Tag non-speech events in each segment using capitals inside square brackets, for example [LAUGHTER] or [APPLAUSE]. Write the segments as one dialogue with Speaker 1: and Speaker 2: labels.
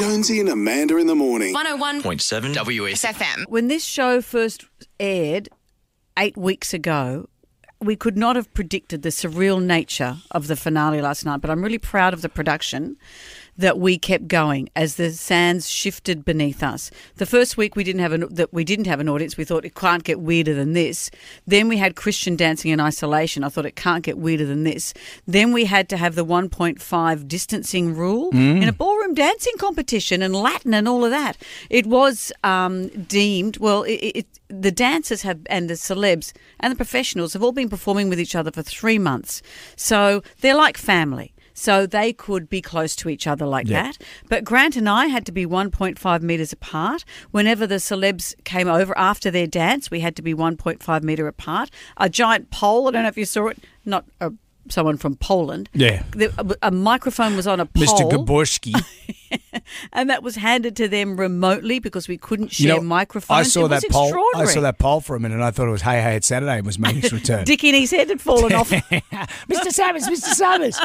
Speaker 1: Jonesy and Amanda in the morning.
Speaker 2: 101
Speaker 3: 101.7 WS.
Speaker 2: FM.
Speaker 4: When this show first aired eight weeks ago, we could not have predicted the surreal nature of the finale last night, but I'm really proud of the production that we kept going as the sands shifted beneath us. The first week we didn't have an that we didn't have an audience. We thought it can't get weirder than this. Then we had Christian dancing in isolation. I thought it can't get weirder than this. Then we had to have the 1.5 distancing rule in a ballroom dancing competition and Latin and all of that. It was um, deemed well. It, it, the dancers have and the celebs and the professionals have all been performing with each other for three months, so they're like family so they could be close to each other like that. But Grant and I had to be 1.5 meters apart. Whenever the celebs came over after their dance, we had to be 1.5 meter apart. A giant pole. I don't know if you saw it. Not a, someone from Poland.
Speaker 5: Yeah.
Speaker 4: The- a, a microphone was on a pole,
Speaker 5: Mr. Gaborski.
Speaker 4: [LAUGHS] and that was handed to them remotely because we couldn't share microphones.
Speaker 5: I saw
Speaker 4: It was
Speaker 5: that poll. I
Speaker 4: extraordinary.
Speaker 5: saw that poll for a minute, and I thought it was "Hey, hey, it's Saturday." It was
Speaker 4: [LAUGHS]
Speaker 5: Manic's return.
Speaker 4: Dick and his head had
Speaker 5: [LAUGHS]
Speaker 4: fallen off.
Speaker 5: Mr. Summers, Mr. Summers.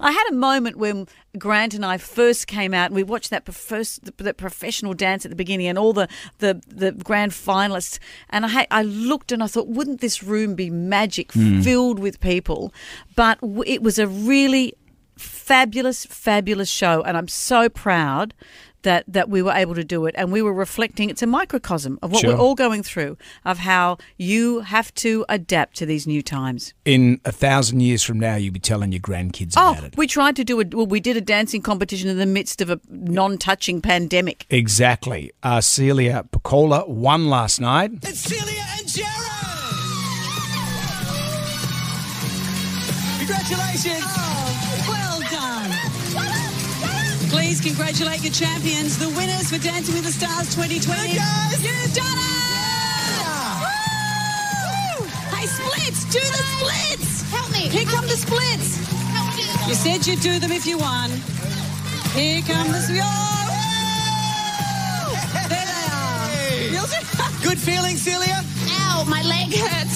Speaker 4: I had a moment when Grant and I first came out and we watched that prof- first that professional dance at the beginning and all the the, the grand finalists and I had- I looked and I thought wouldn't this room be magic filled with people but w- it was a really fabulous fabulous show and I'm so proud that that we were able to do it and we were reflecting it's a microcosm of what
Speaker 5: Sure.
Speaker 4: we're all going through of how you have to adapt to these new times
Speaker 5: In a thousand years from now, you'll be telling your grandkids
Speaker 4: Oh,
Speaker 5: about it.
Speaker 4: we tried to do a well, we did a dancing competition in the midst of a non-touching pandemic.
Speaker 5: Exactly. Uh, Celia Piccola won last night.
Speaker 6: It's Celia and Jared. Congratulations. Oh, well done. Please congratulate your champions, the winners for Dancing with the Stars 2020. You've done it! Woo! Hey, splits! Do the splits!
Speaker 7: Help me.
Speaker 6: Here come the splits!
Speaker 7: Help me.
Speaker 6: You said you'd do them if you won. Here come the splits. There they are. Good feeling, Celia.
Speaker 7: Ow, my leg hurts.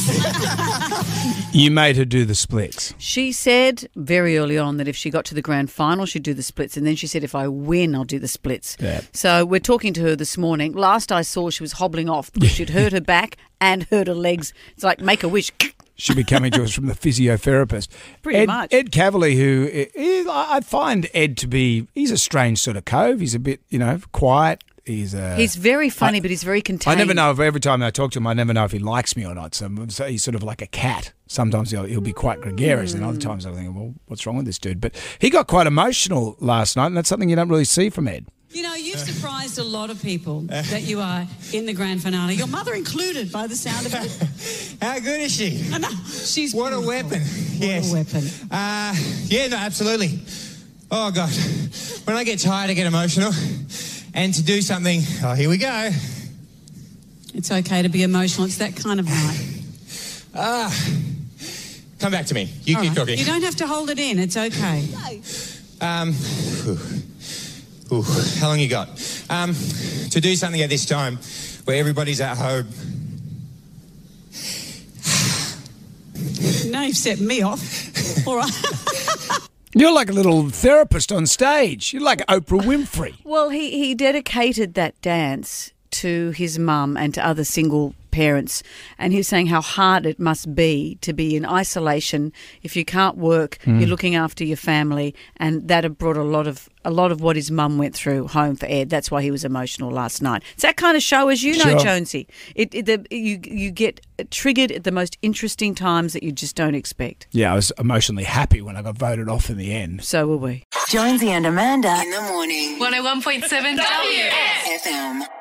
Speaker 5: You made her do the splits.
Speaker 4: She said very early on that if she got to the grand final, she'd do the splits, and then she said, "If I win, I'll do the splits."
Speaker 5: Yeah.
Speaker 4: So we're talking to her this morning. Last I saw, she was hobbling
Speaker 5: [LAUGHS]
Speaker 4: off because she'd hurt her back and hurt her legs. It's like make a
Speaker 5: [LAUGHS]
Speaker 4: wish.
Speaker 5: She'll be coming to us from the physiotherapist.
Speaker 4: Pretty
Speaker 5: Ed,
Speaker 4: much.
Speaker 5: Ed Cavalier, who i- is, I I find Ed to be, he's a strange sort of cove. He's a bit, you know, quiet. He's a.
Speaker 4: He's very funny,
Speaker 5: I-
Speaker 4: but he's very contained.
Speaker 5: I never know if every time I talk to him, I never know if he likes me or not. So, so he's sort of like a cat. Sometimes he'll, he'll be quite gregarious, and other times I think, well, what's wrong with this dude? But he got quite emotional last night, and that's something you don't really see from Ed.
Speaker 6: You know, you've surprised a lot of people that you are in the grand finale. Your mother included, by the sound of it.
Speaker 8: [LAUGHS] How good is she?
Speaker 6: I know. She's
Speaker 8: What a
Speaker 6: beautiful.
Speaker 8: weapon.
Speaker 6: What
Speaker 8: yes.
Speaker 6: a weapon.
Speaker 8: Uh, yeah, no, absolutely. Oh, God. When I get tired, I get emotional. And to do something, oh, here we go.
Speaker 6: It's okay to be emotional. It's that kind of night.
Speaker 8: Come back to me. You
Speaker 6: All
Speaker 8: keep
Speaker 6: right.
Speaker 8: talking.
Speaker 6: You don't have to hold it in. It's okay.
Speaker 8: um, ooh, ooh, how long you got? Um, to do something at this time where everybody's at home.
Speaker 6: Now you've set me off. All right.
Speaker 5: You're like a little therapist on stage. You're like Oprah Winfrey.
Speaker 4: Well, he, he dedicated that dance to his mum and to other single parents. And he's saying how hard it must be to be in isolation. If you can't work, you're looking after your family. And that had brought a lot of a lot of what his mum went through home for Ed. That's why he was emotional last night. It's that kind of show, as you know,
Speaker 5: Sure.
Speaker 4: Jonesy. It, it the, you you get triggered at the most interesting times that you just don't expect.
Speaker 5: Yeah, I was emotionally happy when I got voted off in the end.
Speaker 4: So were we.
Speaker 9: Jonesy and Amanda.
Speaker 10: In the morning.
Speaker 2: 101.7 W.
Speaker 10: FM.